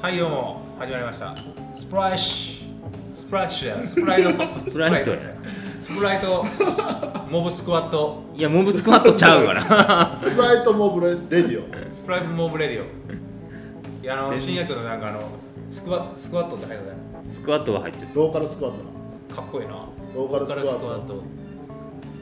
はいどうも始まりましたスプライシュスプラッシ ュやスプライトスプライトやスプライトモブスクワットいやモブスクワットちゃうから スプライトモブレレディオスプライトモブレディオいやあの新薬のなんかあのスクワスクワットって入るよねスクワットは入ってるローカルスクワットなかっこいいなローカルスクワットロ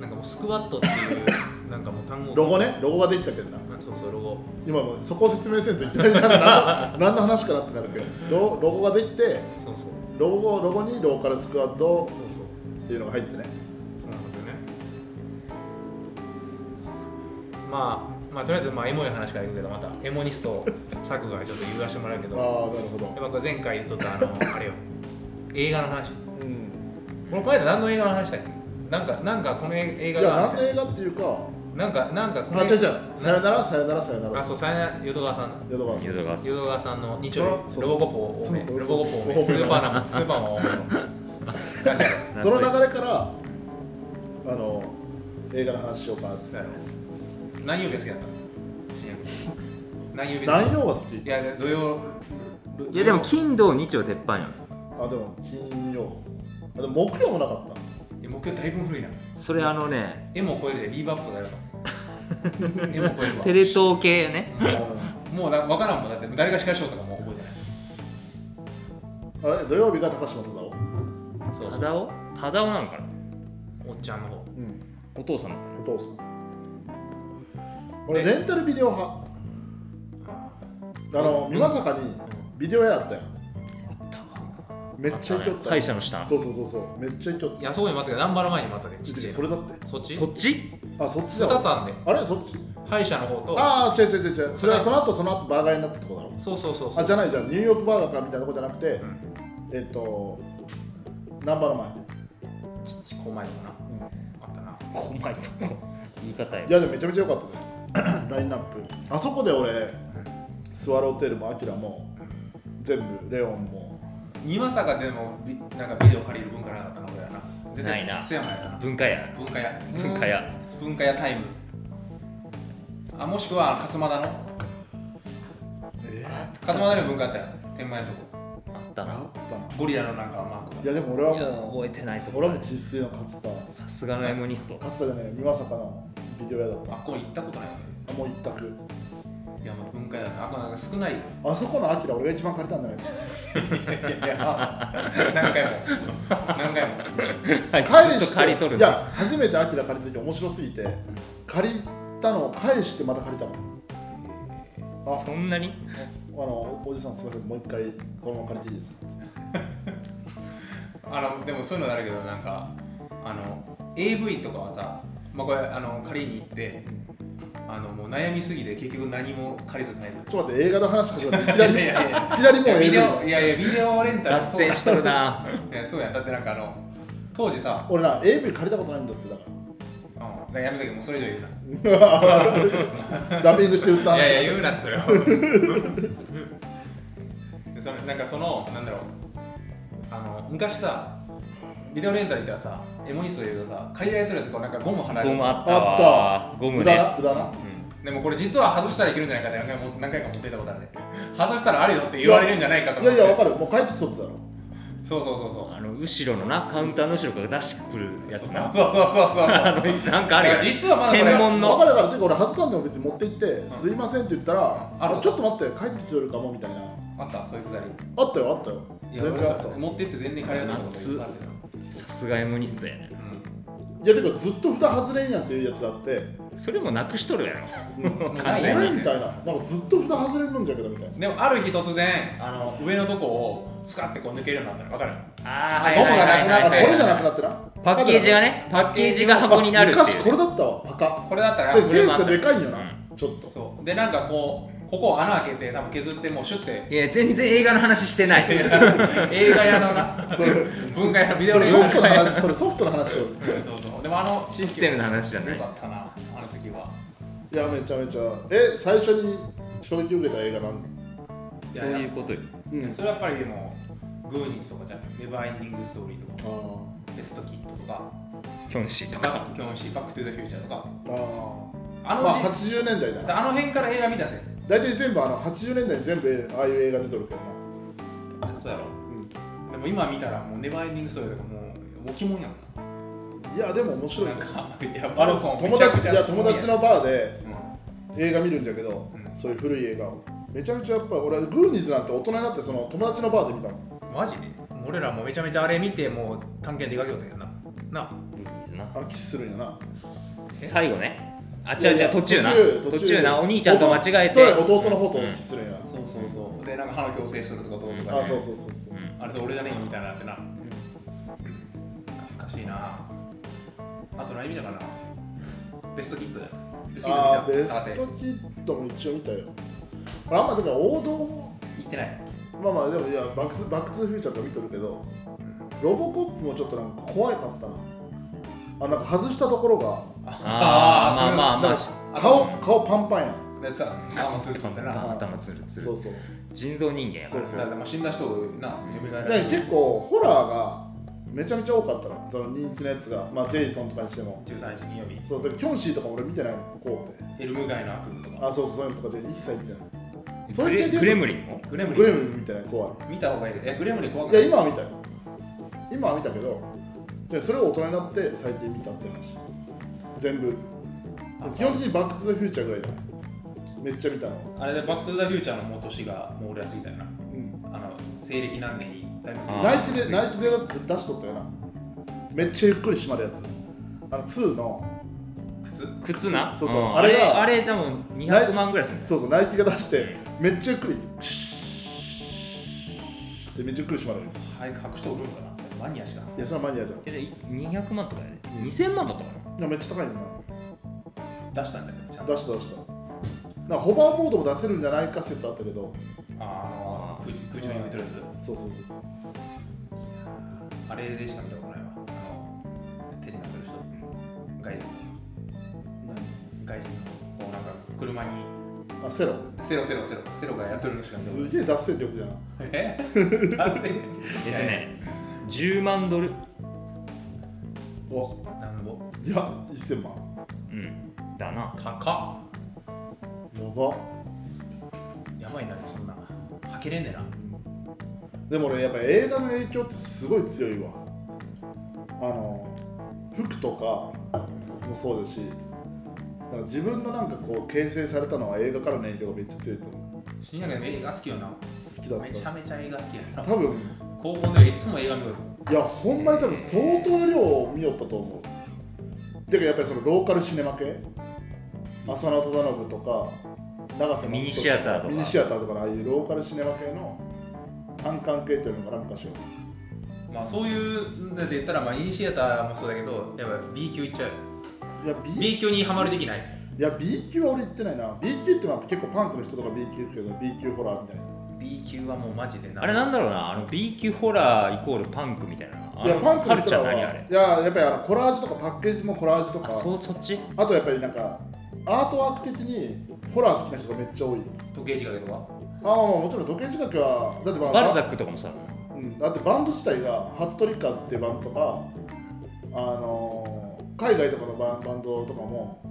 なんかもうスクワットっていうなんかもう単語ロゴねロゴができたけどなうんそうそうロゴ今もうそこを説明せんといきなり何の何の話かな ってなるけどロロゴができてそうそうロゴロゴにローカルスクワットそうそうっていうのが入ってねそうなんだよねまあまあとりあえずまあエモい話からいくけどまたエモニスト作がちょっと言わせてもらうけああどなるやっほどぱこれ前回言っとったあのあれよ映画の話うん俺この間何の映画の話だっけなんかなんかこの映い画やがあっ何のて映画っていうかなんかなんかこのあ違う違うさよならさよならさよならあそうさよなら淀川さんの淀川さん淀川さん淀川さんの日そ曜う日そうロボコポ多めそうそうそうロボコポ多めスーパーなスーパーも多めその流れからあの映画の話しようかなって何曜日が好きだったの新薬何曜日何曜が好きいや土曜いやでも金土日は鉄板やんあでも金曜あでも木曜もなかったえ目標だいぶ古いなそれあのね絵も超えるでビーバップだよ 絵も超えるわテレ東系ね もうな分からんもんだって誰が司会しようとかもう覚えてあ土曜日が高島忠夫ないそう忠雄忠雄なんかなおっちゃんの方うんお父さんのお父さん俺レンタルビデオ派あのうん美作にビデオ屋あったやんめっちゃ行きよった歯医者の下そうそうそうそうめっちゃ行きよっいやそこに待って難波の前に待ったでちっちゃいたそれだってそっちそっちあそっちだ2わつあんであれそっち歯医者の方とああ違う違う違う違うそれはその後その後バーガー屋になったとこだろそうそうそうそうあじゃないじゃんニューヨークバーガーかみたいなとこじゃなくてうんえっとナンバーのちこう前にもな前、うんあったな怖いとこ言い方やいやでもめちゃめちゃ良かったね ラインナップあそこで俺スワローテールもアキラも全部レオンもにまさかでもビなんかビデオ借りる文化なかったのこれやな絶対ないな津山やな文化や文化屋文化や文化屋タイムあもしくは勝間田のえ勝間田の文化やったよ天満屋のとこあったあなったなゴリラのなんかマークいがやでも俺はいやも覚えてないそうこ俺はまもうで生粋の勝田さすがのエモニスト勝田じゃねえ美作のビデオ屋だっあっこ行ったことないよねたもう一択いやもう文化屋だなあっこなんか少ないよあそこのアキラ俺が一番借りたんだけどいやいや何回も何回もあいつ返ずっしとて借りとるいや初めてアキラ借りた時面白すぎて借りたのを返してまた借りたもんあそんなにあのおじさんすいませんもう一回このまま借りていいですかあのでもそういうのあるけどなんかあの AV とかはさまあこれあの借りに行ってあのもう悩みすぎて結局何も借りず帰るちょっと待って映画の話始まっていきなり いやいやいやいきなりもういやビ映デ画オいやいやビデオレンタル脱線しとる なそういやそうやんだってなんかあの当時さ、俺な AV 借りたことないんだってだかうん、だからやめとけもうそれ以上言うなら ダビングして歌ういやいや言うなってそれは でそのなんかそのなんだろうあの昔さビデオレンタル行ったらさエモニストで言うとさ借りられてるやつこうなんかゴム離れゴるムあったあわったゴム無駄なね無駄なうでもこれ実は外したらいけるんじゃないかって何回も何回か持っていたことあるね外したらあるよって言われるんじゃないかとい思っやていやわかるもう帰ってきとっただろそうそうそう そんあの後ろのなカウンターの後ろから出してくるうやつそうなそうそうそうあの なんかあるよだからね実はまだこれ専門わかのるからっていうか俺外さんでも別に持って行って「すいません」って言ったら「あるあちょっと待って帰ってきてるかも」みたいなあったそういうくだりあったよあったよいや全然あった俺さ持ってって全然借りられたこといっぱいあるけどさすがエモニストやねいやてかずっと蓋外れんやんっていうやつがあってそれもなくしとるやろうんもうな完い全俺よにみたいななんかずっと蓋外れんのんじゃけどみたいなでもある日突然あの上のとこをスカってこう抜けるようになったの分かるああゴムがなくなってあこれじゃなくなってなパッケージがねパッケージが箱になるって昔いこうれだったわパカこれだったらでそケれースもあっがたでかいよなちょっとそうでなんかこうここを穴開けて多分削ってもうシュッていや全然映画の話してない 映画屋のなそれ文化屋のビデそオレれンタソフルトの話それソフトの話をそうそうでもあのシステムの話じゃないよかったなあの時はいやめちゃめちゃえ最初に衝撃受けた映画なんいそやういうことようんそれはやっぱりでもグーニーズとかじゃんネバーエンディングストーリーとかあベストキッドとかキョンシーとかバッキョンシーバックトゥーザフューチャーとかーああーの,、まあ80年代だあの辺から映画見たぜ大体全部あの80年代に全部ああいう映画出てるけどなそうやろうんでも今見たらもうネバーエンディングストーリーとかもう置物やもんないやでも面白いねなんかいやあバのルコン友めちゃく達ちいゃや友達のバーでうん映画見るんだけど、うんそういう古い映画をめちゃめちゃやっぱ俺グーニーズなんて大人になってその友達のバーで見たもんマジで俺らもめちゃめちゃあれ見てもう探検出かけようとやななあキスするんやな最後ねあい違やういや違う途中な途中途中途中なお兄ちゃんと間違えて弟弟の方とうんキスするんや、そうそうそうでなんか歯の矯正するとかどうとかあねそうそうそうそう、うんあれと俺じゃねえよみたいなってな懐かしいなあと何見たかなベストキットだよベストキッあトーベ見スた空手トキッドも一応見たよ俺あんまだから王道行ってないまあまあでもいやバックスバックトゥザフューチャーとか見とるけどロボコップもちょっとなんか怖いかったなあなんか外したところがあーまあまあまあなんしか顔顔パンパンやあんつあもうずっとってなだ頭か頭つるつそるうそう人造人間やかそうらそうらもう死んだ人をな呼び返らでれて結構ホラーがめちゃめちゃ多かったのその人気のやつがまあジェイソンとかにしても13日金曜日そうでキョンシーとか俺見てないもんこうってエルム街の悪夢とかあそうそうそういうのとかで一切見てないそうグいうレ系でグレムリンもグレムリグレンム見てない怖い見た方がいいけどいやグレムリン怖くいなやい今は見たよ今は見たけどでそれを大人になって最近見たって話全部あ基本的にバック・トゥ・ザ・フューチャーぐらいだねめっちゃ見たのあれでバック・トゥ・ザ・フューチャーのもう年がもう俺は過ぎたよなうんあの西暦何年にタイムスリあップーナイキでナイキで出しとったよなめっちゃゆっくり閉まるやつあの2の靴靴なそうそうんああれれがあれ多分200万ぐらいするんですそうそうナイキが出してめっちゃゆっくりでめっちゃゆっくり閉まるはい白書売るんかなそれマニアしかないいやそれはマニアじゃんえで200万とかやねうん2000万だったかなでもめっちゃ高いんだな出したんだよちゃんと出した出したなんかホバーボードも出せるんじゃないか説あったけどああ空中空中に浮いてるやつそうそうそうそうあれでしか見たことないわあの手品する人外人外人こうなんか車に何あセロセロセロセロセロがやってるのしか見たこすげえ脱線力じゃんとないえっ達成えっとね10万ドルおなんぼいや1000万うんだな高っやばやばいなそんなはけれんねえなでも俺やっぱ映画の影響ってすごい強いわあの服とかもそうだしなんか自分のなんかこう形成されたのは映画からの影響がめっちゃ強いと思う深夜が映画好きよな好きだめちゃっめちゃ映画好きやたな多分高校でいつも映画見よるいやほんまに多分相当な量を見よったと思うてかやっぱりそのローカルシネマ系浅野忠信とか長瀬松本ミニシアターとかミニシアターとかのああいうローカルシネマ系の単館系というのかな昔はまあそういうので言ったらまあイニシアターもそうだけどやっぱ B 級いっちゃういや B B 級にはまる時期ないいや B 級は俺行ってないな B 級ってまあ結構パンクの人とか B 級行くけど B 級ホラーみたいな B 級はもうマジでなあれなんだろうなあの B 級ホラーイコールパンクみたいなあのいやパンクカのル人チャらーは何あれいややっぱりあのコラージュとかパッケージもコラージュとかあそうそっちあとやっぱりなんかアートワーク的にホラー好きな人がめっちゃ多い時計仕掛けとかああもちろん時計仕掛けはだってまあバルザックとかもさうん、だってバンド自体がハツトリッカーズっていうバンドとかあのー海外とかのバンバンドとかも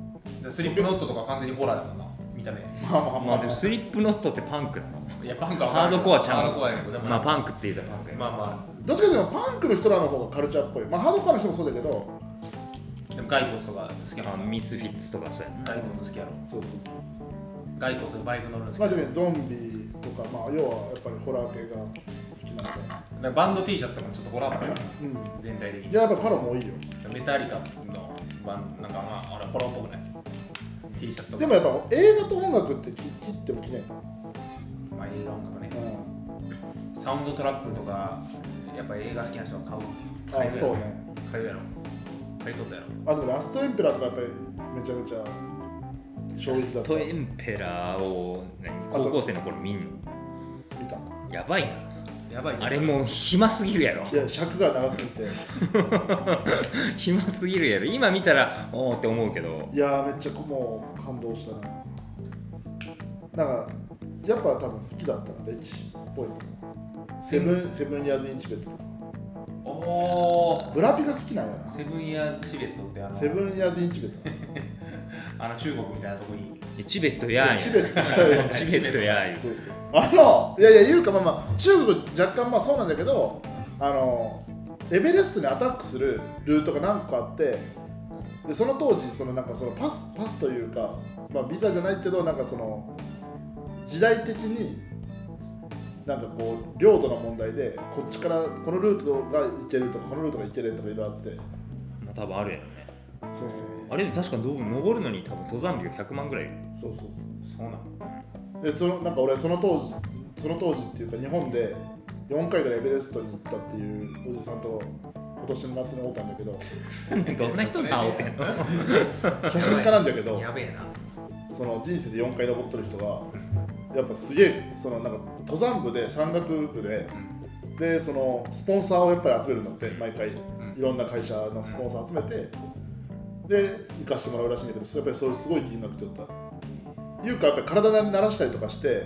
でスリップノットとか完全にホラーだもんな見た目まあまあままああでもスリップノットってパンクなのいやパンクはハードコアちゃうハードコアやけどでもまあパンンクって言うたらパンクやまあまどっちかというとパンクの人らの方がカルチャーっぽいまあハードコアの人もそうだけどあでも骸骨とか好きやあもんミスフィッツとかそうやな骸骨好きやろそうそうそうそう骸骨バイク乗るの好きまあ、だじかゃあゾンビとか、まあ、要はやっぱりホラー系が好きなんじゃないらバンド T シャツとかもちょっとホラーっぽいよなうん。全体的にじゃあやっぱパロも多いよ。メタリカのバンなんかまああれホラーっぽくない T シャツとかでもやっぱ映画と音楽ってき切っても切れんから。まあ映画音楽ねうん。サウンドトラックとかやっぱ映画好きな人は買う買あ、そうね。買うやろ買いとったやろあ、でもラストエンペラーとかやっぱりめちゃめちゃ衝撃だった。ト見エンペラーを何あと高校生の頃見んのた。やばいなやばいあれもう暇すぎるやろいや、尺が長すぎて。暇すぎるやろ今見たらおおって思うけどいやー、めっちゃもう感動したな。なんか、やっぱ多分好きだったな、歴史っぽいな。セブン、セブンイヤーズ・インチベットとか。おおブラピが好きなんやな。セブンイヤーズシベットってあのセブンイヤーズ・インチベット。あの中国みたいなとこにチベットやんやチベットじゃないわチベットやんやそうですあのいやいやいうかまあまあ中国若干まあそうなんだけどあのエベレストにアタックするルートが何個かあってでその当時そのなんかそのパスパスというか、まあ、ビザじゃないけどなんかその時代的になんかこう領土の問題でこっちからこのルートが行けるとかこのルートが行けるとかいろいろあってまあ多分あるやろねそうですねあれ確かどう登るのに多分登山料100万ぐらいいる そうそうそそううなのでそのなんか俺その当時その当時っていうか日本で4回ぐらいエベレストに行ったっていうおじさんと今年の夏に会ったんだけどどんな人がおってんの写真家なんじゃけどやべえなその人生で4回登ってる人がやっぱすげえそのなんか登山部で山岳部ででそのスポンサーをやっぱり集めるんだって毎回いんろんな会社のスポンサー集めてで行かしてもらうらしいんだけどやっぱりそういうすごい金額って言ったいうかやっぱり体慣らしたりとかして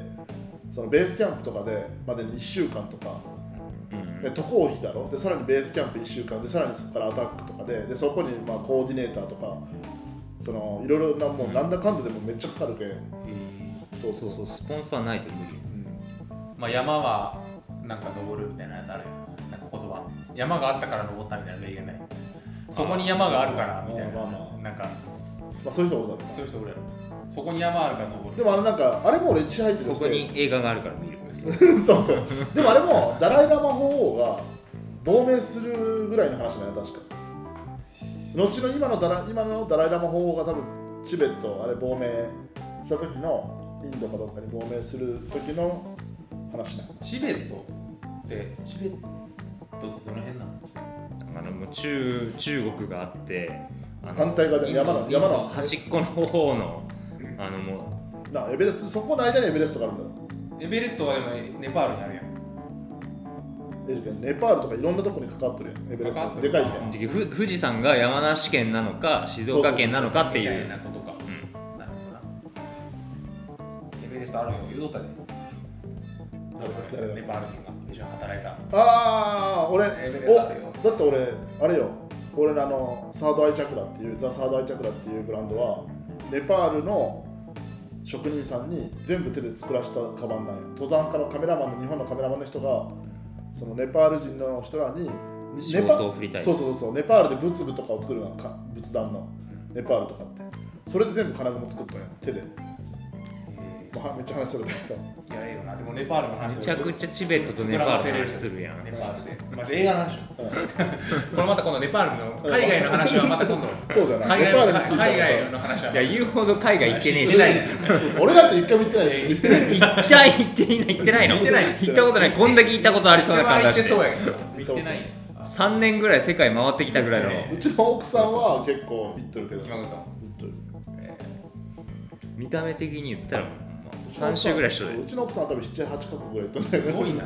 そのベースキャンプとかでまでに1週間とかうんで渡航費だろでさらにベースキャンプ1週間でさらにそこからアタックとかででそこにまあコーディネーターとかそのいろいろなもうなんだかんだでもめっちゃかかるけんへえそうそそううそそううスポンサーないと無理うんまあ山はなんか登るみたいなやつあるよなんか言葉山があったから登ったみたいな例言ないそこに山があるからみたいなまあまあなんかまあそういう人もだろそういう人俺らそこに山あるから登るでもあれなんかあれも俺支配人とそしこにて映画があるから見る そうそうでもあれもダライ・ラマ法王が亡命するぐらいの話だよ確か後の今のダラ今のダライ・ラマ法王が多分チベットあれ亡命した時のインドかどっかに亡命する時の話だチベットってチベットってどの辺なのあのもう中中国があってあの反対側イでンド山のインド山の端っこの方のあのもなエベレストそこの間にエベレストがあるんだろエベレストはでもネパールにあるやんえじゃあネパールとかいろんなとこに関わってるやんエベレス関わっトてでるかいじうんゃふ富士山が山梨県なのか静岡県なのかっていみたいうなことかうんなるほどなエベレストあるよ言うとったで誰ネだパール人が一緒に働いたああ俺エベレストあるよおだって俺あれよ俺のあのサードアイチャクラっていうザ・サードアイチャクラっていうブランドはネパールの職人さんに全部手で作らせたカバンなんや登山家のカメラマンの日本のカメラマンの人がそのネパール人の人らに仕事を振りたいそうそうそうそうネパールで仏具とかを作るのか仏壇のネパールとかってそれで全部金具も作ったんや手で、えまあ、めっちゃ話それたけどーいやええよなでもネパールの話めちゃくちゃチベットとネパールの話するやんネパールでまず映画の話よこれまた今度ネパールの海外の話はまた今度そうだよな海ネパ外ールのについて海外の話はいや言うほど海外行ってねえ知しらない 俺だって一回も行ってないしえー行 ってない行っていない行ってないの行ってない行ったことないこんだけ行ったことありそうな感行ってじだしそうやけど行ってないよあ3年ぐらい世界回ってきたぐらいのそうですねうちの奥さんは結構行ってるけど決まったもん行ってる見た目的に言ったらもうほんま3週ぐらい一緒でうちの奥さんは多分78カ国ぐらい行ってするごいな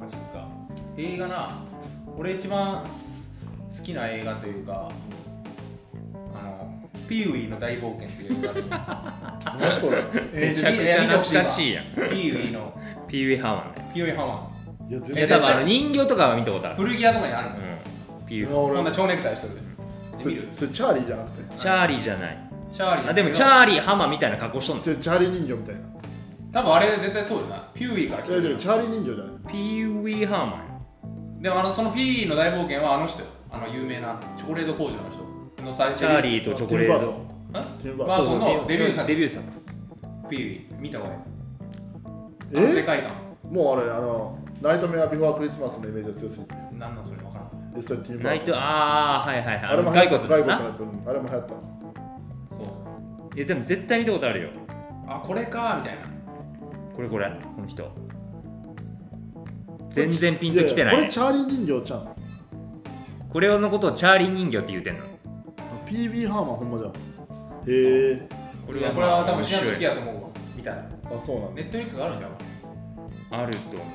マジか映画な俺一番す好きな映画というかあのピーウィーの大冒険っていう映画があるん だ何それいめちゃくちゃ懐かしいやんピーウィーのピーウィーハーマンねピーウィーハマや全いや多然分あの人形とかは見たことあンる古着屋とかにあるのうんピーウィーハーマンこんな俺蝶ネクタイしてるでで見るそそれチャーリーじゃなくてチャーリーじゃないチャーリーあでもチーャーリーハマみたいな格好しとんのちょチャーリー人形みたいな多分あれ絶対そうだなピーウィーから来チてャーリるーチャーリー人形じゃないピーウィーハーマンでもあのそのピーウィーの大冒険はあの人よあの有名なチョコレート工場の人のサイチャーーリーとチョコレートんティムバートンティムババーートンのデビューさん作デビュー作ピーウィー見た方がいいえあの世界観もうあれあのナイトメアビフォークリスマスのイメージが強すぎて何なんそれ分からんえそれティムバナーイトントああはいはいはいあれも骸骸骨骨だ骸な骨のやつうんあれも流行ったのそういやでも絶対見たことあるよあこれかみたいなこれこれこの人全然ピンときてないややこれチャーリー人形ちゃんこれのことをチャーリー人形って言うてんのあ PB ハーマンほんまじゃんへえここれれははこれは多ま分あシナ好きやと思うわみたいなあそうなんネだットフリックスあるんじゃんあると思う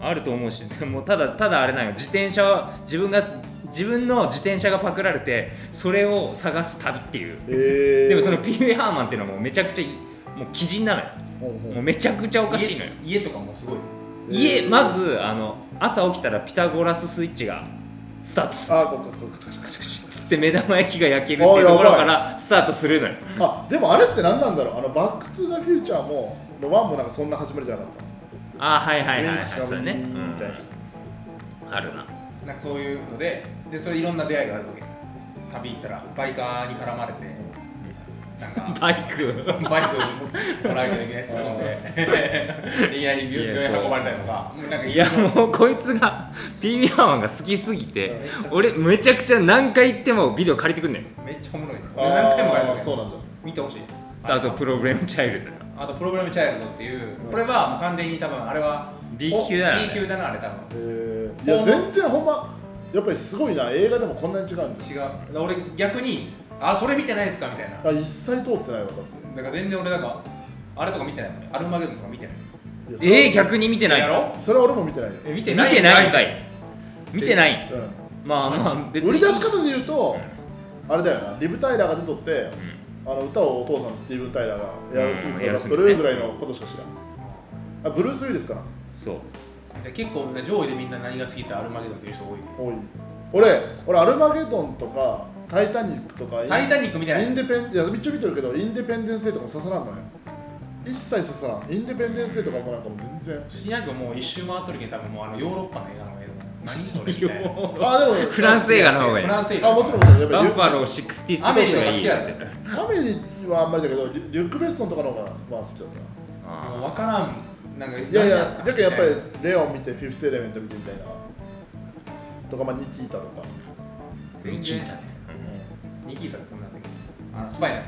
あると思うし でもただただあれなんよ自転車は自分が自分の自転車がパクられてそれを探す旅っていうへえでもそのピーウェイハーマンっていうのはもうめちゃくちゃいもう鬼人なのよもうめちゃくちゃおかしいのよ家家とかもすごい家へーまずあの朝起きたらピタゴラススイッチがスタートするあこうこうこうこうこうつって目玉焼きが焼けるっていうところからスタートするのよあでもあれって何なんだろうあのバック・トゥ・ザ・フューチャーものワンもなんかそんな始まりじゃなかったああはいはいはいメはイいクしたそうだね、みうんたいな、あるななんかそういうのででそういろんな出会いがあるわけ旅行ったらバイカーに絡まれてなんかバイクバイクもらえなきゃいけないですので、いや、病いや院そう運ばれたりとか、なんか いやもうこいつが PB ハマンが好きすぎて俺めちゃくちゃ何回行ってもビデオ借りてくんねんめっちゃおもろい。あー何回もやるそうなんだ見てほしい。あとプロブレムチャイルドあとプログラムチャイルドっていう、これはもう完全に多分あれは B 級だなお B 級だなあれ多分。えーいや全然ほんまやっぱりすごいな映画でもこんなに違うんです違う。俺逆にあそれ見てないですかみたいな。だあ一切通ってないわだっから全然俺なんかあれとか見てないもんね。アルマゲドンとか見てない。ていやそれえー、逆に見てないやろ？それは俺も見てないよ、え見見ててなないい。んか。い見てないまあまあう別ん、に売り出し方で言うと、あれだよなリブ・タイラーが出とってあの歌をお父さんのスティーブン・タイラーがやるスミスが出しとうんやるるぐらいのことしか知らん、あブルース・ウィリスかなそうで結構みんな上位でみんな何が好きってアルマゲドンっていう人多い。多い俺俺アルマゲドンとかタイタニックとかタイタニック見てなインい。デペンいや一応見てるけどインデペンデンス・デーとかも刺さらんのよ一切刺さらんインデペンデンス・デーとかもなんかもう全然シナ君もう一周回っとるけど多分もうあのヨーロッパの映画の映画。何これみたいな。あでもフランス映画の方がいいフランス映画あもちろんもちろんやっぱバりンパロー66がアメリカが好いいきよやっろてアメリはあんまりだけどリュリュック・ベッソンとかの方がまあ好きだっもうあ分からんなんかいたいやいやだけどやっぱりレオン見てフィフス・エレメント見てみたいなとかまあニキータとかー全聞然いたねニキータってこんなんだっけあのスパイのやつ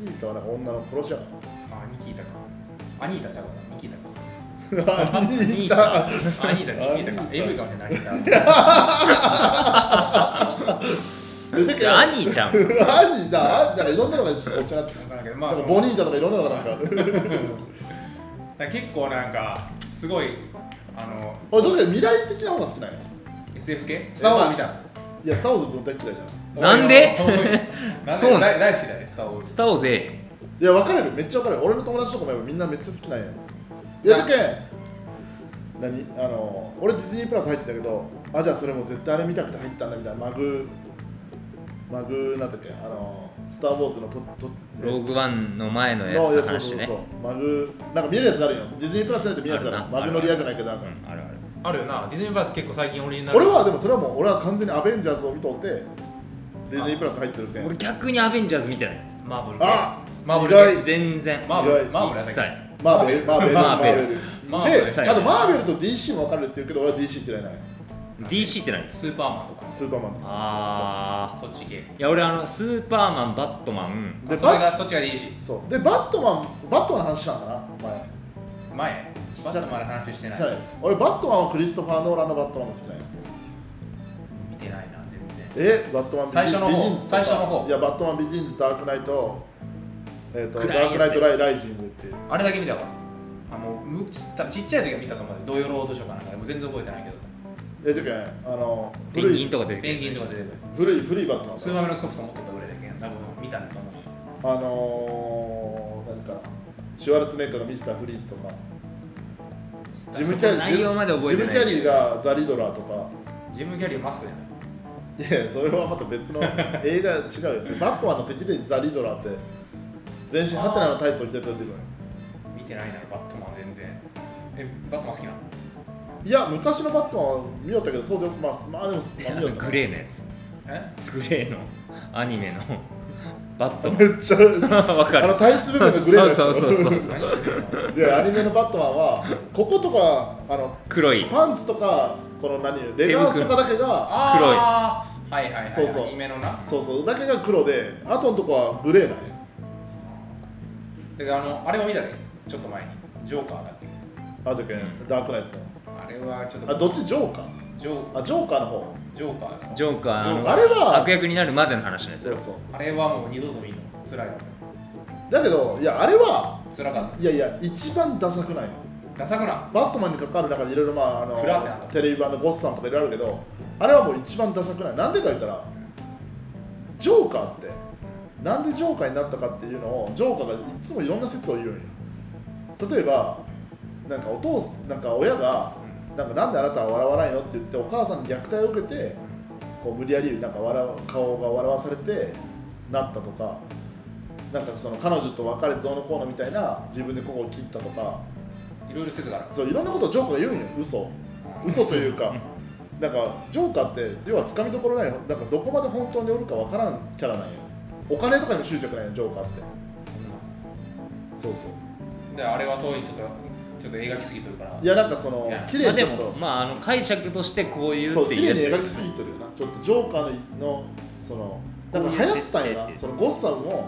ニキータはなんか女の殺し屋あニキータかアニータちゃうかなニキータかなニーあタアニータかニキータアかニータ AV かもねアニータうでだけんどアニーちゃんアニーだなんかいろんなのがちょっとこっちゃなって分からんけどなまあんかそのボニータとかいろんなのがなんかだから結構なんかすごいあの俺どっちか未来的な方が好きなんや SF 系スター・ウォーズ見たいやサウズ分大嫌いじゃんなんで俺はなんでそうなの大大好きだねスター・ウォーズスターをぜいや分かれるめっちゃ分かれる俺の友達とかもやっぱみんなめっちゃ好きなんやいやだけん何あの俺ディズニープラス入ってたけどあじゃあそれもう絶対あれ見たくて入ったんだみたいなマグマグなんだっけあのスター・ウォーズのととローグワンの前のやのつやのつ話そうそうねそうマグなんか見えるやつがあるよディズニープラスで見えるやつがああるるなマグノリアじゃないけどなんうか、んあるあるあるよなディズニープラス結構最近オリジナル俺はでもそれはもう俺は完全にアベンジャーズを見とってディズニープラス入ってるけん俺逆にアベンジャーズ見てないマーブル系あマーブル意系外全然マーブ意ル外マーブル一やったっけ切マーベルマーベルマーベルママーーベベルルであとマーベルと DC も分かれるって言うけど俺は DC 嫌いなんや DC って何スーパーマンとかスーパーマンとかああそっち系いや俺あのスーパーマンバットマンででそれがそっちがいいしそうでバットマンバットマンの話したんかな前前バットマンの話してないしたね俺バットマンはクリストファー・ノーランのバットマンが好きなんや見てないな全然えバットマンビギ最初の方ビギンズとか最初の方いやバットマンビギンズダークナイトえー、と暗いダやつークナイトライライジングっていうあれだけ見たわあもうむち多分ちっちゃい時は見たと思うよ同様ロードショーかなんかでもう全然覚えてないけどえじゃけんあのペン古ギンいとか出てくペるンギンとか出てくる古い古いバットマン数だ枚目のソフト持っとったぐらいだけど多分見たんだと思うあのー、何かなシュワルツェネッガーがミスター・フリーズとかジム・キャリー内容まで覚えてないジム・キャリーがザ・リドラーとかジム・キャリーマスクじゃないいやいやそれはまた別の映画違うよそれバットマンの敵でザ・リドラーって全身ハテナのタイツを着たやつが出てくるのよ見てないなバットマン全然えバットマン好きなのいや昔のバットマンは見よったけどそうでもまあまあでも、まあ、見よったグレーのやつえグレーのアニメのバットマンめっちゃ わかあるのタイツ部分がグレーそのうやつそうそうそう何言ってんのいやアニメのバットマンはこことかあの黒いパンツとかこの何レガースとかだけが黒いあーはいはいはいそうそうアニメのなそうそうだけが黒であとのとこはグレーなんよだからあのあれも見たでちょっと前にジョーカーだっけあじゃけん、ダークナイあれはちょっトあとどっちジョーカージョーあジョーカーの方ジョーカージョーカーのあれは悪役になるまでの話ねそそれうはそうあれはもう二度と見んの辛いかっただけどいやあれは辛かっいやいや一番ダサくないたダサくなバットマンに関わる中でいろいろまああ暗くなったのテレビ版のゴッサンとかいろいろあるけどあれはもう一番ダサくないなんでか言ったらジョーカーってなんでジョーカーになったかっていうのをジョーカーがいつもいろんな説を言うんよ例えばなんかお父さんなんか親がなんかなんであなたは笑わないのって言ってお母さんに虐待を受けてこう無理やりなんか笑う顔が笑わされてなったとかなんかその彼女と別れてどうのこうのみたいな自分でここを切ったとかいろいろ説があるそういろんなことをジョーカーが言うんよ嘘嘘というかなんかジョーカーって要はつかみどころないなんかどこまで本当におるかわからんキャラなんよお金とかにも執着ないよジョーカーってそんなそうそうであれはそういうちょっとちょっと描きすぎてるからいやなんかそのいや綺ま麗あ、にちでょっとも、まあ、あの解釈としてこういうそっうて綺い麗うに描きすぎてるよなちょっとジョーカーののそのなんか流行ったんこういう設定ってよいなうそのゴッサムも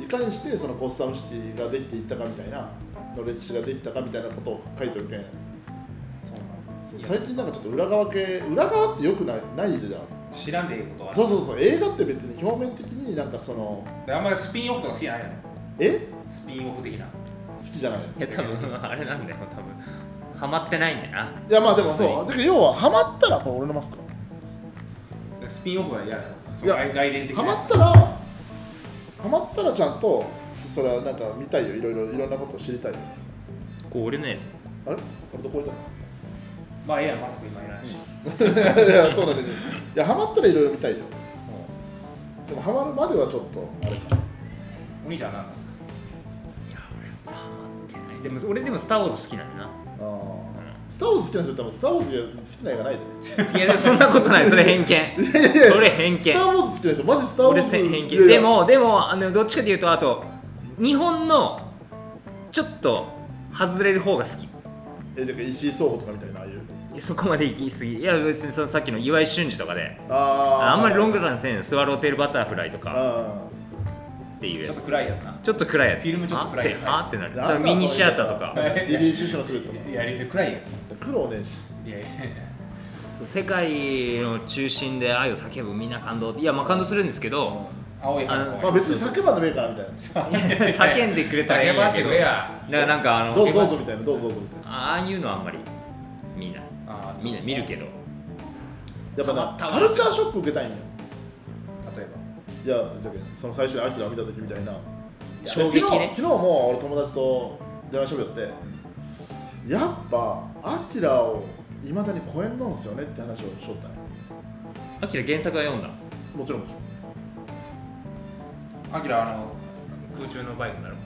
いかにしてそのゴッサムシティができていったかみたいなの歴史ができたかみたいなことを書いてるけんそうなんいや最近なんかちょっと裏側系裏側ってよくないないでだ知らんでいいことはそうそうそう映画って別に表面的になんかそのであんまりスピンオフとか好きじゃないのえスピンオフ的な好きじゃないいや多分あれなんだよ多分ハマってないんだよないやまあでもそう、はだから要はハマったらこれ俺のマスクでスピンオフは嫌なのそいやの外外伝的ハなやつマったらハマったらちゃんとそそれはなんか見たいよいろいろいろんなことを知りたいよこう俺ねあれ俺どこいたのまあええやんマスク今いらないし、 いやいやそうなんだけどいやハマったらいろいろ見たいよでもハマるまではちょっとあれかお兄ちゃんは何いや俺ハマってないでも俺でも「スター・ウォーズ」好きなんだよあースター・ウォーズ好きな人多分スター・ウォーズ好きな映画ないでないやでもそんなことないそれ偏見いやいやそれ偏スター・見ウォーズ好きな人マジスター・ウォー俺ズせ偏いや見いやでもでもあのどっちかというとあと日本のちょっと外れる方が好きえじゃあ石井壮吾とかみたいなああいういやそこまで行き過ぎいや別にそのさっきの岩井俊二とかであーあんまりロングランせんスワローテールバタフライとかあっていうちやょっつと暗いやつなちょっと暗いやつフィルムちょっと暗いやつあってあってーなるそれミニシアターとかかリリース出社するとかいやいや暗いよ苦労ねえしいやいやそう世界の中心で愛を叫ぶみんな感動いやまあ感動するんですけど青いあのま あ別に叫ばんでもいいからみたいないや叫んでくれたらいいんや 叫けばしてどくれやだからなんかあのどうぞどう結ぞみたいなどうぞどうぞみたい構ああいうのはあんまり見ないあー見ない見るけどなやっぱハマったなわカルチャーショック受けたいんよ例えばいやじゃあその最初にアキラを見た時みたいないや衝撃昨日ね昨日も俺友達と電話しゃべってやっぱアキラをいまだに超えんのんすよねって話をしとったんよアキラ原作は読んだもちろんもちろんアキラあの空中のバイクになる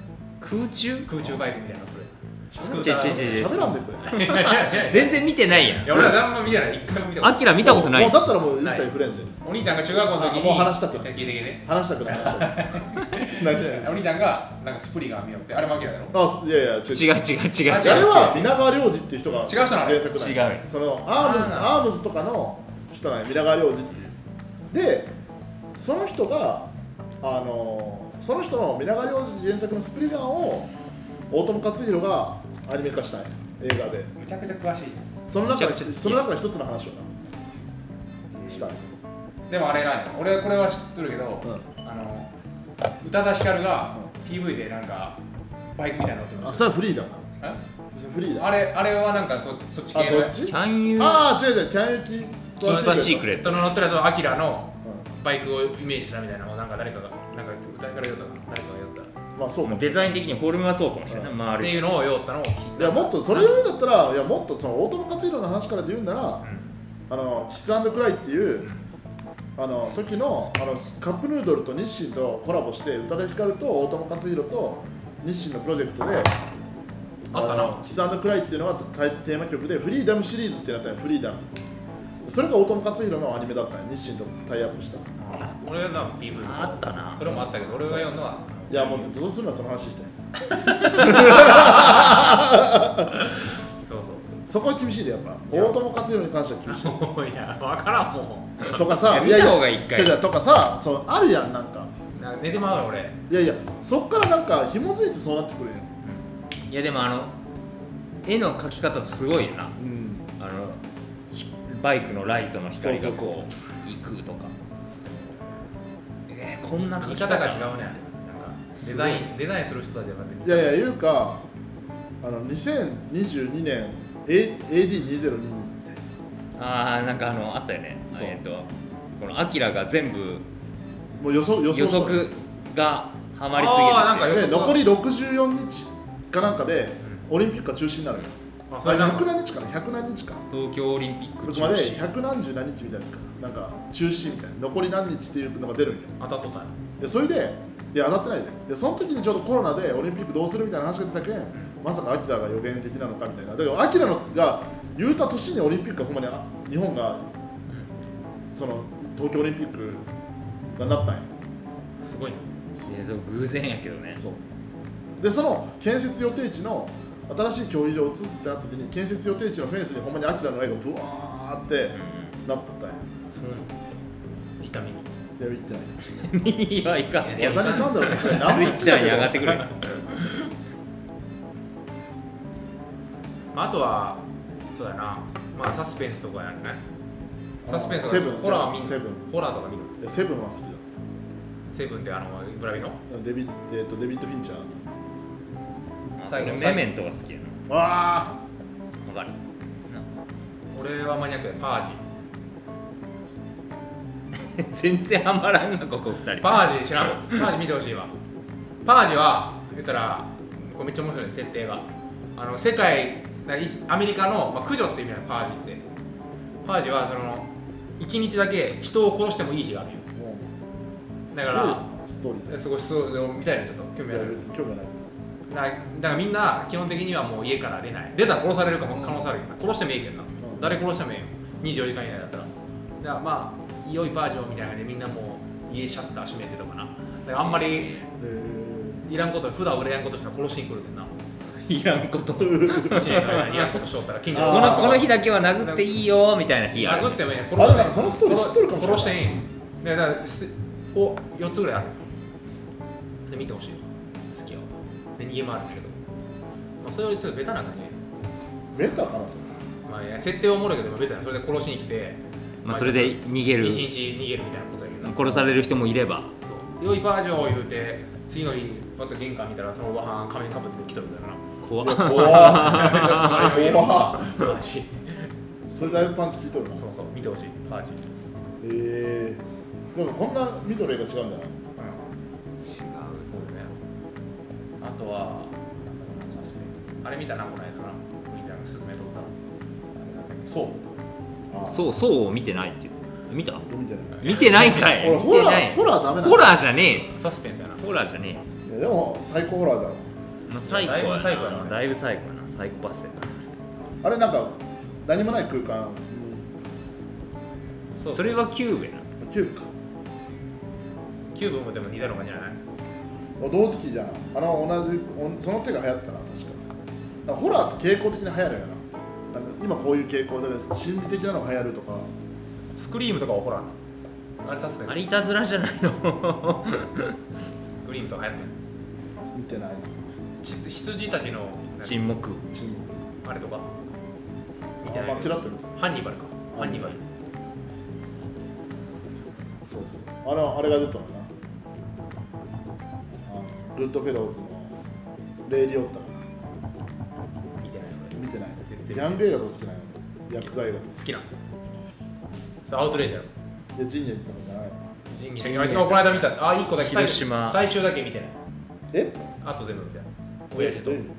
空中空中バイクみたいなのそれスクーちタょいちょいーちょいちょい喋らんでくれい やい全然見てないやんや俺はあんま見たない一回も見たこアとないキラ見たことないもうだったらもう一切触れんでお兄ちゃんが中学校の時にあもう話したくいないや聞いて聞いて話したくない話したくないなん でお兄ちゃんがなんかスプリガー見ようってあれもアキラだろあいやいや違う違う違う違う違あう違あれうは皆川良二っていう人が違う人なの原作なん違うそのアームズあーアームズとかの人なんや皆川良二っていうでその人があのーその人の皆川良二原作の「スプリガン」を大友克洋がアニメ化したんや映画でむちゃくちゃ詳しいその中めのちゃくちゃ好きその中の一つの話をなしたんやでもあれなんよ俺はこれは知っとるけど、うあの宇多田ヒカルが PV でなんかバイクみたいなの乗ってまあしそれはフリーだなたよそれフリーえだあれあれはなんかそそっちあ系のどやっつちキャンユーああ違う違うキャンユーキキーパーシークレえレッっトと乗ってるやつはアキラのうバイクをイメージしたみたいなのをなんか誰かがなんか歌いから言うたかな誰かが言うたまあそうかもデザイン的にフォルムはそうかもしれないなって丸いいうのを言うたのを聞いいたやもっとそれを言うんだったらいやもっとその大友克洋の話からで言うんならうんあのキスクライっていうあの時のあのカップヌードルと日清とコラボして宇多田ヒカルと大友克洋と日清のプロジェクトであったなのキスクライっていうのがタイテーマ曲でフリーダムシリーズってなったのフリーダムそれが大友克洋のアニメだったの日清とタイアップしたい俺のは PV あったなそれもあったけど俺が読んのはやもうどうするのはその話してそうそうそこは厳しいでやっぱいや大友克洋に関しては厳しいもうい や分からんもとかさいや見た方がいい一回違う違うとかさそうあるやんなんかうなんか寝てまうよ俺いやいやそっからなんか紐づいてそうなってくるやんいやでもあの絵の描き方すごいよなうんあのひバイクのライトの光がそうそうこう行くとかえー、こんな見描き方方が違うねなんかデザインデザインする人たちがいやいや、いうか、あの2022年 A- AD2022 ああなんかあのあったよねそうえっ、とこのアキラが全部もう予想予想予した測がハマりあーなんすかぎよるで残り64日かなんかで、オリンピックが中止になるよ。ああ100何日かな、100何日か。東京オリンピック中まで止100何十何日みたいな。なんか中止みたいな残り何日っていうのが出るみたいな当たっとったんやでそれでいや当たってないででその時にちょうどコロナでオリンピックどうするみたいな話が出たけんまさかアキラが予言的なのかみたいなだけどアキラのが言うた年にオリンピックがほんまにあ日本がその東京オリンピックがなったんやうんすごいねえそう偶然やけどねそうでその建設予定地の新しい競技場を移すってなった時に建設予定地のフェンスにほんまにアキラの絵がブワーってうんうなったんやうんそうなんですよ痛みにいや言ってないん いいわいかんいけやど技にかんだろさすがツにイ何も好ッきタだーにけ上どがってくるよまあ、あとはそうやなまあサスペンスとかやるねサスペンスセブンホラー見セるブンホラーとか見るいやセブンは好きだセブンってあのブラビのデビ,、えー、とデビッド・フィンチャー 最後俺メメントが好きやああなわかる俺はマニアックやパージな全然ハマらんなここ2人ーパージー知らんパージー見てほしいわパージーは言ったらこれめっちゃ面白いね設定があの世界な一アメリカの、まあ、駆除って意味なのパージーってパージーはその一日だけ人を殺してもいい日があるよもうだからすごいストーリーだよすごいそうみたいなちょっと興味あいやる別に興味はないだからだからみんな基本的にはもう家から出ない出たら殺されるかも可能性あるけどな殺してもいいけどな、ん誰殺してもいいよ24時間以内だったらだからまあ良いパージョンみたいな感じでみんなもう家シャッター閉めてとかなだからあんまりえいらんこと普段売れやんことしたら殺しに来るけどないら んことこの1年の間にいらんことしとったら近所あーこの日だけは殴っていいよみたいな日ある殴ってもいいねー、殺あしだてからそのストーリー知っとるかもしれない殺していいだからだからすお4つぐらいあるで見てほしい好きよで逃げ回るんだけど、まあ、それはちょっとベタな感じねメタか なそれまあいや設定はおもろいけど、まあベタなそれで殺しに来て、まあそれで逃げる一日逃げるみたいなことだけどな殺される人もいればそう良いバージョンを言うて次の日パッと玄関見たらそのおばはん仮面かぶって来とるみたいな怖いやっ怖っ隣の家の 怖っパージそれだいぶパンチ効いとるなそうそう見てほしいパージえー、でもこんな見とる絵が違うんだな違うそうだねあとはサスペンスあれ見たなこの間なクイちゃんがスズメとったあれなんだっけそうあそうそうを見てないっていう見たう見てない見てないんかい俺見ホてラないーホラーダメなホラーじゃねサスペンスやなえホラーじゃねいやでも最高ホラーだろえ、まあ、最高だいぶ最高ややななだいぶ最高やなサイコパスやあれなんか何もない空間なそそれはキューベなにキューブかキューブもでも似たのかじゃない同時期じゃんあの同じおその手が流行ったな確かだからホラーって傾向的に流行るよななんか今こういう傾向だから心理的なのが流行るとかスクリームとかはホラーなあれサスペンスあれいたずらじゃないの スクリームとか流行ってる見てないな羊羊たちの沈黙チームあれとか見てあなまいあけチどラッと見たハンニバルかハンニバルそうそうあれはあれが出たのかなあのグッドフェローズのレイリオッタ見てない俺見てない全ギ然ャング映画とか好きなの薬剤映画とか好きなのそうアウトレイジャーでジンジャー行ったのじゃない人間あいつがこの間見たあ一個だけ広島最終だけ見てないえあと全部見てない親父とどういう意味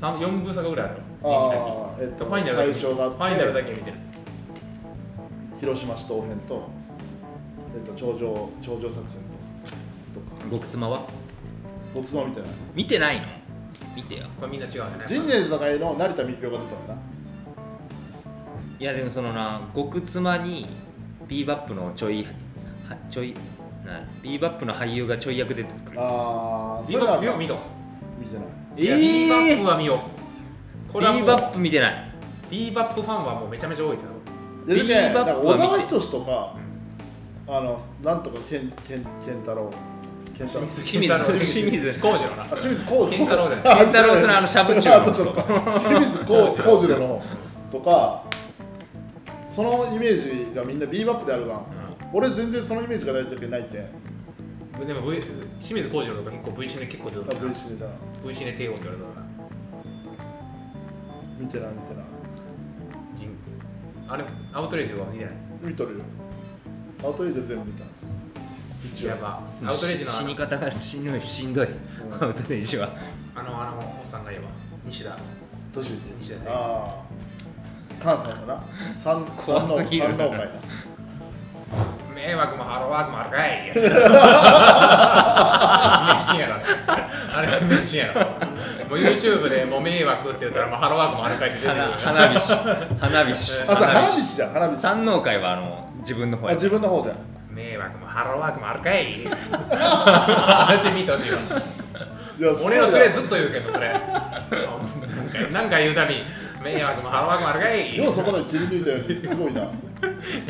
三四部作ぐらいあるのああえっとファイナルだけ最初があってファイナルだけ見てる広島市東編と、えっと、頂上頂上作戦ととか極妻は僕そうみたいな見てないの見てよこれみんな違うよね人類の戦いの成田幹雄が出たんだないやでもそのな極妻にビーバップのちょいはちょいなビーバップの俳優がちょい役で出てくるあーそビれーらバッはプ見よう見と見てないいやビーバップは見ようこビれはもーうバップ見てないビーバップファンはもうめちゃめちゃ多いけどいやビーでバもップねはなん見かて小沢仁志とか、あのなんとか健健健太郎健太清郎水清水浩二のなあ清水浩二健太郎だよね健太郎そのあのしゃぶちゅうあそうかそうか清水浩浩二郎のとかそのイメージがみんなビーバップであるが、俺全然そのイメージがない時ないけんでも、v、清水浩二郎とか結構 V シネ結構出とっ多たな分死ねたら V シネ帝王って言われたな見てない見てない人あれアウトレイジは見てない見とるよアウトレイジは全部見た一応やばアウトレイジのあ死のに方がしんどいしんどいアウトレイジはあのあのおっさんが言えば西田年上西田ああ関西かな三怖すぎる三能会だ迷惑もハローワークもあるかいやつ名人やなあれ名人やなもう YouTube でもう迷惑って言ったらもうハローワークもあるかいって出てくる花花火師花火師えーあそう花花火火師師じゃん花火師あ山王会はあの自分の方や自分の方で迷惑もハローワークもあるかい 話見てほしいわいや俺の連れずずっと言うけどそれなんかなんか言うたび迷惑もハローワークもあるかいようそこで切り抜いたよすごいなや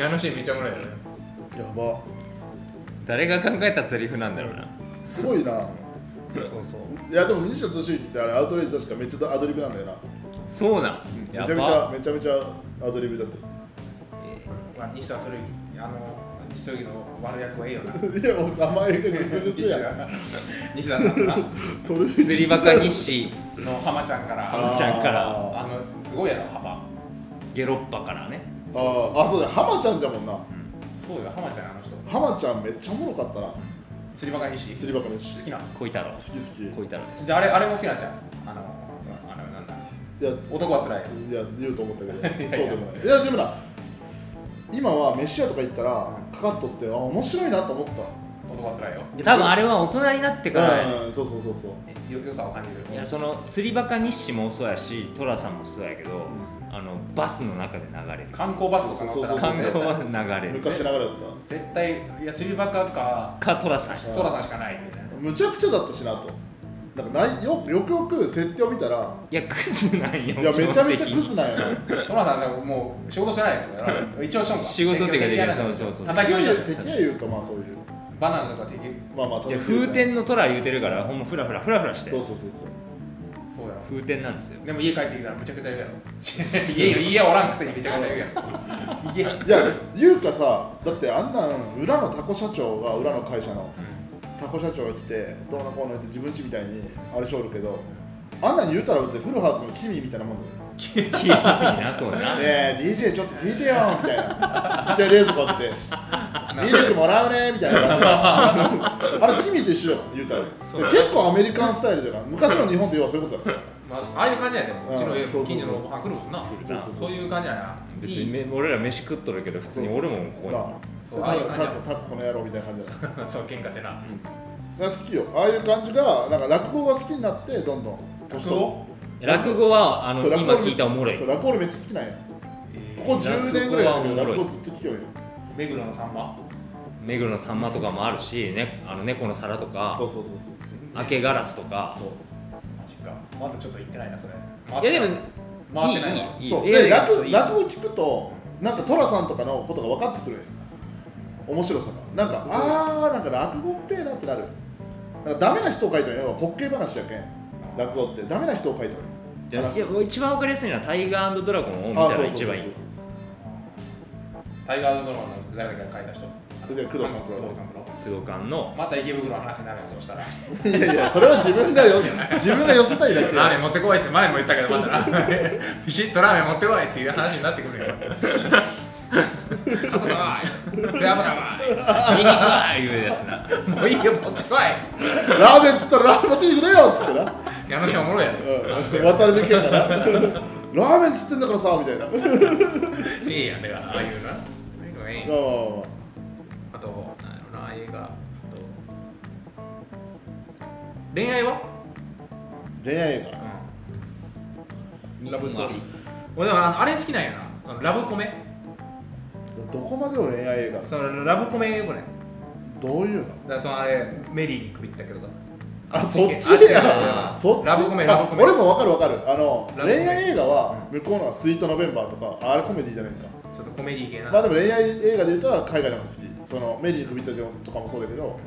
あのシーンめっちゃおもろいよねば誰が考えたセリフなんだろうなすごいなそうそういやでも西田敏行ってあれアウトレイジ確かめっちゃアドリブなんだよなそうなんうんめちやゃばめちゃめちゃめちゃアドリブだったまあ西田照之あの西田照之の悪役はええよないやもう名前がグツグツや西田さんなトルフィ釣りバカ日誌の浜ちゃんから浜ちゃんからああのすごいやろ浜ゲロッパからねーあーあそうだハマちゃんじゃもんなそうよ浜ちゃんあの人ハマちゃんめっちゃおもろかったな釣りバカにし釣りバカの好しきな小太郎好き好き小太郎ですじゃああれあれも好きなんじゃんあのあのなんだいや男はつらいいや言うと思ったけど いやそうでもないいやでもな今は飯屋とか行ったらかかっとってあ面白いなと思った男はつらいよいや多分あれは大人になってからやねうんそうそうそうそうよ良さを感じるいやその釣りバカ日誌もそうやし寅さんもそうやけど、あのバスの中で流れる観光バスとか乗ったそうら観絶対光は流れる昔ながらだった絶対いや釣りバカかか寅さんトラさんしかないみたいなむちゃくちゃだったしなとなんかないよよくよく設定を見たらいやクズなんよいや基本めちゃめちゃ的にクズなんやなトラさんなんかもう仕事してないよ一応しょんか仕事っていうかできるそうそうそう叩敵きや込みじゃん敵やいうかまあそういうバナナとか敵まあまあ叩いきや込み風天の寅言うてるからほんまフラフラフラフラしてそうそうそうそそうやろ風天なんですよでも家帰ってきたらむちゃくちゃ言うやろ家 よ家おらんくせにめちゃくちゃ言うやろ家ういやいうかさだってあんなん裏のタコ社長が裏の会社のタコ社長が来てどうのこうの言って自分家みたいにあれしょおるけどあんなん言うたらだってフルハウスのキミみたいなもんだよキーなそう なねえ DJ ちょっと聞いてよみたいなで冷蔵庫あってミルクもらうねみたいな感じで あれ君と一緒よ言うたら結構アメリカンスタイルだから昔の日本で要はそういうことだよまあ、ああいう感じやでもうちのうんそうそうそ家近う所のご飯来るもんなそうそうそういう感じやな別いにい め俺ら飯食っとるけど普通に俺もここになあそうタああいうコ感じタコタコこの野郎みたいな感じだよそう喧嘩せなだから好きよああいう感じがなんか落語が好きになってどんどん落取語落語はあのそう落語今聞いたおもろいそう落語俺めっちゃ好きなんやえここ10年ぐら落語いだけどはおもろい落語ずっと聞くよよー目黒のさんま目黒のさんまとかもあるし、ね、あの猫の皿とかそうそうそうそう明けガラスとかそうマジかまだちょっと行ってないなそれいやでも回ってないわいいいいそういやでいやそう落いい落語聞くとなんか寅さんとかのことが分かってくるんよ面白さがなんかあーなんか落語っぺーなってなるなんかダメな人を書いたんよ要は滑稽話やけん落語ってダメな人を書いたんよじゃあ話いやもう一番わかりやすいのはタイガードラゴンを見たら一番いいそうそうそうタイガードラマの誰だっけ書いた人それで工藤官九郎工藤官九郎工藤館 のまた池袋の話になるやつをしたらそういやいやそれは自分がよ自分が寄せたいだ けラーメン持ってこいって前も言ったけどまたラーメン ピシッとラーメン持ってこいっていう話になってくるよ硬さは背脂は見に行くわーいうやつなもういいよ持ってこいラーメンっつったらラーメン持ってきてくれよっつってな矢野氏おもろいやうん渡辺謙がなラーメンっつってんだからさみたいなまあまろいいやんだからああいうなそういうのがいいあまあまああとなんやろな映画あと恋愛は恋愛映画ラブストーリー俺でもあのあれ好きなんやなそのラブコメどこまでを恋愛映画そのラブコメよくないどういうのだからそのあれメリーに首ったけどさあそっちあや違うそっちラブコメラブコメあ俺もわかるわかるあのラブコメ恋愛映画は向こうのはスイートノベンバーとかあれコメディじゃないかちょっとコメディ系なまあでも恋愛映画で言ったら海外の方が好きそのメリーの首とかもそうだけど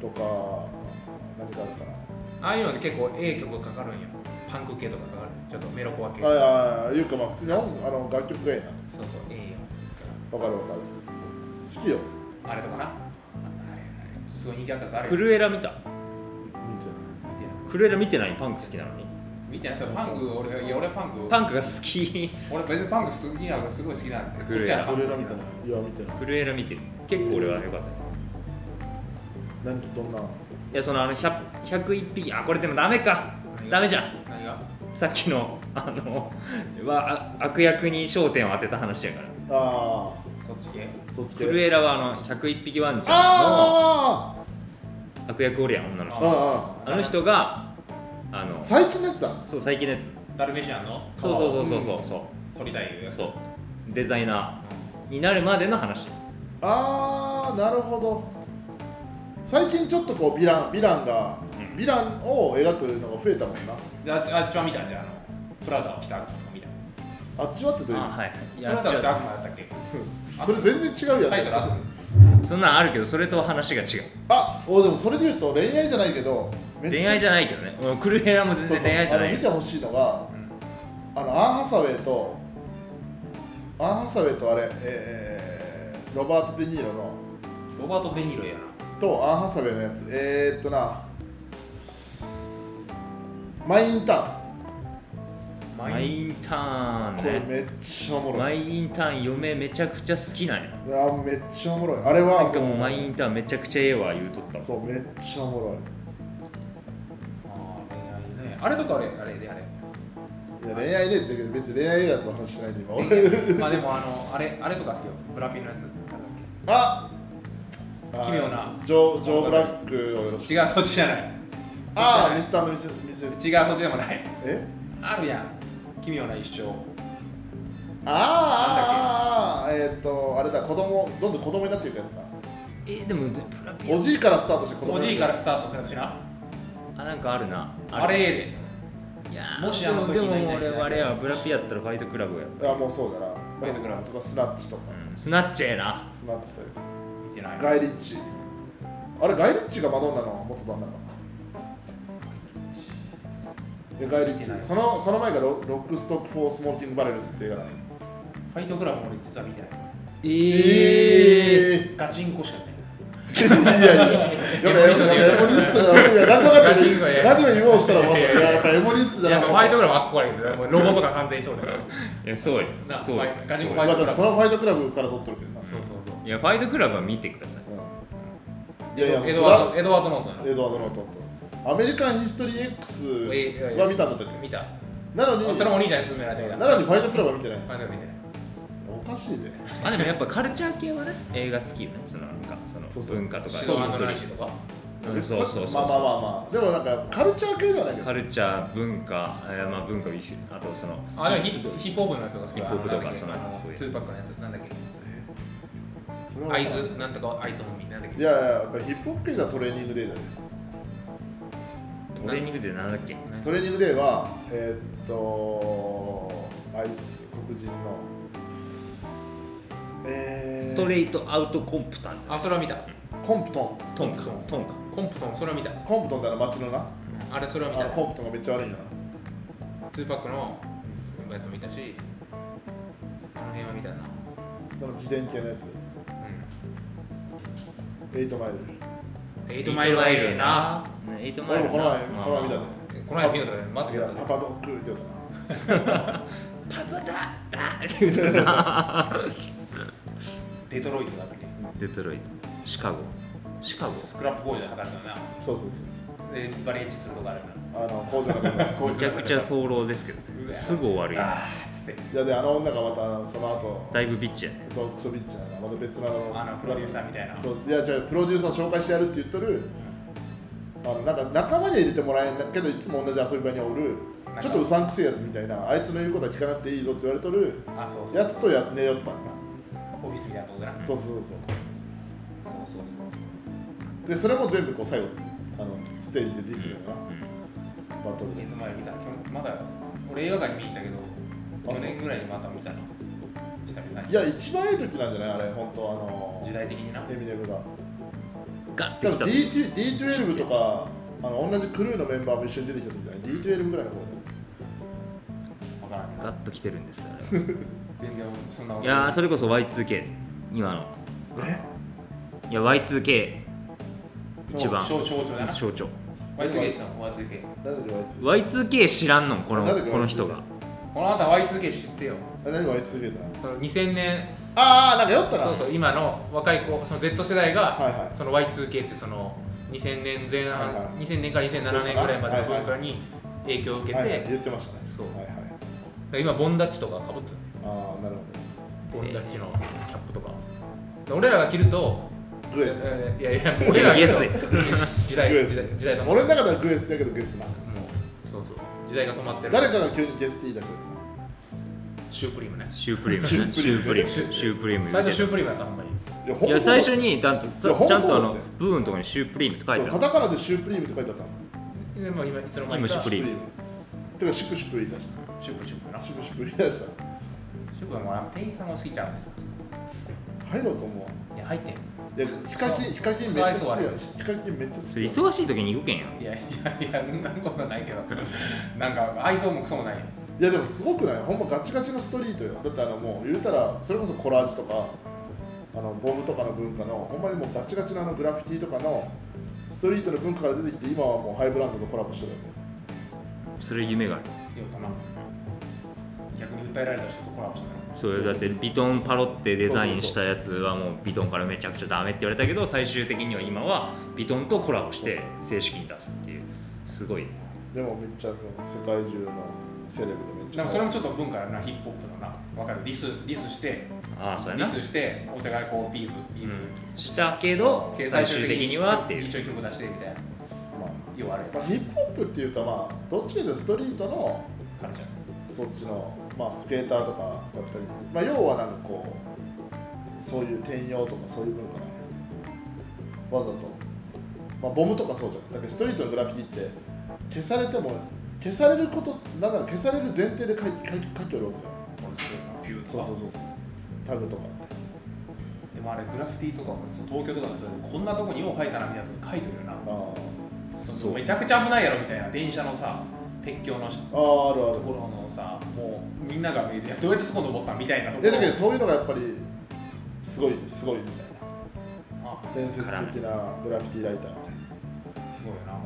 とか何かあるかああいうのって結構ええ曲がかかるんよパンク系とかかかるちょっとメロコア系なああいうかまあ普通に音あの楽曲がいいなそうそうええよわかるわかる好きよあれとかなあれすごい人気あったやつあるクよルエラ見た見て見てないクルエラ見てないパンク好きなのに見てない人はパンク俺いや俺パンクパンクが好き 俺別にパンク好きなのすごい好きなんでクレアや俺ら見てないいや見てないクルエラ見てる結構俺は良かったね何どんないやそのあの100 101匹あこれでもダメかダメじゃん何がさっきのあのはあ悪役に焦点を当てた話やからああそっち系そっちク系ルエラはあの101匹ワンちゃんのあ悪役おるやん女のーあーあー子ああの人があのー最近のやつだそう最近のやつダルメシアンのそうそうそうそうそうそ撮りたいいううやつそうデザイナーになるまでの話ああなるほど最近ちょっとこうヴィランヴィランがうんヴィランを描くのが増えたもんなであっちあっちは見たんじゃんあのプラダを着た悪魔みたいあっちはってどういう意あ味はいなプいやラダを着違た悪魔だったっけあそれ全然違うやんタイトルあっうそんなんあるけどそれと話が違うあおでもそれで言うと恋愛じゃないけど恋愛じゃゃないけどねうんクルエラも全然恋愛じゃなあの見いてほしいのがたうんあのアン・ハサウェイとアン・ハサウェイとあれ、えーロバート・デ・ニーロのロバート・デ・ニーロやなとアン・ハサウェイのやつえー、っとなマイ・インターンマインターンこれねめっちゃおもろマいインターン嫁めちゃくちゃ好きなんやいやめっちゃおもろいあれなんはかもうマインターンめちゃくちゃええわ言うとったわそうめっちゃおもろあー恋愛ねあれとかあれあれであれいいや恋愛ねって言うけど別に恋愛映画の話しないんで今俺まあでもあのあれあれとか好きよブラピのやつ誰だっけあ奇妙なジョージョー・ブラックをよろしく違うそっちじゃないああそっミスターミスミスちじゃない違うそっちでもないえあるやん奇妙な一生あーあーあーえーっとあれだ子供どんどん子供になっていくやつだえでもプラピおじいからスタートして子供おになじるいからスタートするやつしなあなんかあるなあれええでいやーもしあの時でも何でも々し俺ないはあれやブラピやったらファイトクラブや、いやもうそうだなファイトクラブとかスナッチとかうん、スナッチええなスナッチとか見てないガイリッチあれガイリッチがマドンナの元旦那かいやガイリ見てなッいチそのその前がロロックストック・フォー・スモーキング・バレルズっていう映画だねファイトクラブも俺実は見てないえええガチンコしか見てないー、いやいややっぱエモリストじゃないエモリストじゃないいやなんとかって何でも言おうしたら思ったいややっぱエモリストじゃやなっいぱファイトクラブ憧れるけどもうロゴとか完全にそうだよいやそうよなそうよファイガチンコファイそうよまあだってそのファイトクラブから撮ってるけどなそうそうそういやファイトクラブは見てくださいうんいやいやエドワードエドワード・ノートンやエドワード・ノートンとアメリカンヒストリー X は見たんだったっろけ見たなのにあそれもお兄ちゃんに勧められてきたなのにファイトクラブは見てないファイトクラブ見てないおかしいねまあでもやっぱカルチャー系はね映画好きよねそのなんかそのそうそう文化とかシそドうマそうンそドうナイシーとかうんそうそうそうそうまあまあまあまあでもなんかカルチャー系ではないけどカルチャー文化、えーまあ文化を一緒にあとそのあでもヒヒスップヒップホップのやつが好きヒップホップとかそそののあそうのいうツーパックのやつなんだっけそれは会津なんとか会津のみなんだっいけやいややっぱヒップホップ系ではトレーニングデーだねトレーニングでなんだっけなんトレーニングデーはえーっとあいつ黒人のえーストレートアウトコンプタンあそれは見たコンプトントンかトンかコンプトンそれは見たコンプトンだら街のなあれそれは見あのたコンプトンがめっちゃ悪いんだなツーパックのやつも見たしあの辺は見たなでも自転系のやつうんエイトマイルエイトマイルはええなねエイトマイ俺ルもこの前なこの前見たねこの間見たとね待っいてやたパパドックって言うたなパパだだって言うてるな デトロイトだったっけデトロイトシカゴシカゴスクラップ工場で働いたのなそうそうそうそでバレエッジするとこあるよなうあの工場が出た めちゃくちゃ早漏ですけどうわねすぐ終わるやあーっつっていやであの女がまたあのその後んだいぶビッチやねそうクソビッチャーなまた別のあのあのプロデューサーみたいなそういやじゃあプロデューサー紹介してやるって言っとるあのなんか仲間には入れてもらえんだけどいつも同じ遊び場におるなんかちょっとうさんくせえやつみたいなあいつの言うことは聞かなくていいぞって言われとるあそうそうやつとやってよったんだオフィスみたいなとこだなそうそうそうそそうそうそううでそれも全部こう最後あのステージでディスるようなんバトルえっでと前見た今日まだ俺映画館に見に行ったけどあ去年ぐらいにまた見たな久々にいや一番いい時なんじゃないあれ本当あの時代的になエミネムがガッて多きた分 D2 D12 とかあの同じクルーのメンバーも一緒に出てきた時だね D12 ぐらいの頃だね分からんけガどッときてるんですよあれ全然そんなわいけやーそれこそ Y2K 今のいや Y2K 一番象象徴だな象徴 Y2K したの Y2K なんであいつ Y2K 知らんのこのなんでこの人がこのあなた Y2K 知ってよあ何が Y2K だその2000年ああなんか酔ったなそうそう今の若い子その Z 世代が、はいはいその Y2K ってその2000年前半、はいはい2000年から2007年ぐらいまでの文化に影響を受けて、はいはい、言ってましたねそうはいはいだから今ボンダッチとかかぶってるああなるほどポンダッチのキャップとかで俺らが着るとグエスいやいや俺らが着るとイエ時代グエス時代時代止ま俺るの中ではグエスだけどゲスなもうそうそう時代が止まってる誰かが急にゲスティー出したやつなシュープリームねシュープリームシュープリームシュシュープリーム最初シューープリームやったほんまにいプやほいんやとそう最初にちゃんいやほとんちゃんとそうとあだっのて部分のところにシュープリームって書そいうてカあるタカナでシュープリームって書いてあったのでも今いつの間に今かシュプリームてかシュプシュプ言い出しシュープシュープなたシシュプシュプ言い出したュープはもうあの店員さんが好きちゃうね入ろうと思いや入ってんういやヒカキンヒカキンめっちゃ好きやヒカキンめっちゃ好そきれや忙しい時に行くけんやんいやいやいやそんなことないけどなんか愛想もクソもないいやでもすごくないほんまガチガチのストリートよだってあのもう言うたらそれこそコラージュとかあのボムとかの文化のほんまにもうガチガチのあのグラフィティとかのストリートの文化から出てきて今はもうハイブランドとコラボしてるよそれ夢があるようたな逆に訴えられた人とコラボしてないそうそうそうだそうってビトンパロってデザインしたやつはもうビトンからめちゃくちゃダメって言われたけど最終的には今はビトンとコラボして正式に出すっていうすごいでもめっちゃもう世界中のセレブでめっちでゃもそれもちょっと文化だなヒップホップのなわかるディスディスしてああそうデやィな、スしてお互いこうビーフビうーフ、ん、したけどで最終的にはっていう一緒に曲出してみたいなまあようあるやまあ、ヒップホップっていうかまあどっちかというとストリートのつカルチャーそっちの、まあ、スケーターとかだったり、まあ、要はなんかこうそういう転用とかそういう文化なんやわざと、まあ、ボムとかそうじゃんだからストリートのグラフィティって消されても消されることなんなら消される前提で書き書き書きよるわけじゃん俺すごいなピューとそうかそうそうそうタグとかってでもあれグラフィティとかもそう東京とかでそういうこんなとこによう書いたなみたいなとこ書いてるよなあーそそうめちゃくちゃ危ないやろみたいな電車のさ鉄橋のしあーあるあところのさもうみんなが見えていやどうやってそこ登ったんみたいなとこるえろだけどそういうのがやっぱりすごいすごいみたいなあ伝説的なグラフィティライターみたいなすごいよな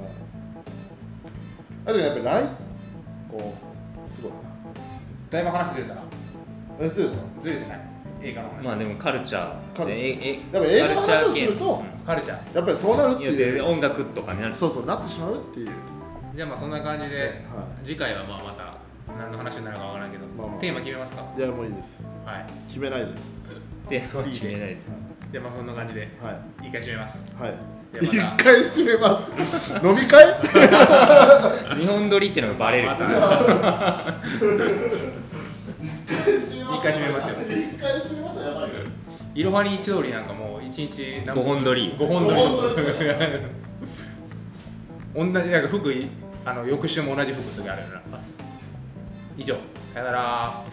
あとやっぱりライこうすごいなだいぶ話ずれたなえずっとずれてない映画の話、まあでもカルチャーカルチャーええやっぱ映画のカルチャー話をするとカルチャーやっぱりそうなるっ系うんていやでいう音楽とかになるそうそうなってしまうっていうじゃあまあそんな感じで、は次回はまあまた何の話になるかわからんけど、まあまあテーマ決めますかいやもういいですはい決めないですっていうのは決めないですじゃあまあこんな感じではい一回締めますはいで一はまた回締めます飲み会日本撮りっていうのがバレるまた一回締めますよ一回締めますよやばいよいろはに一通りなんかもう一日5本撮り5本撮り五本撮り同じなんか服いあの翌週も同じ服の時あるよな以上さよなら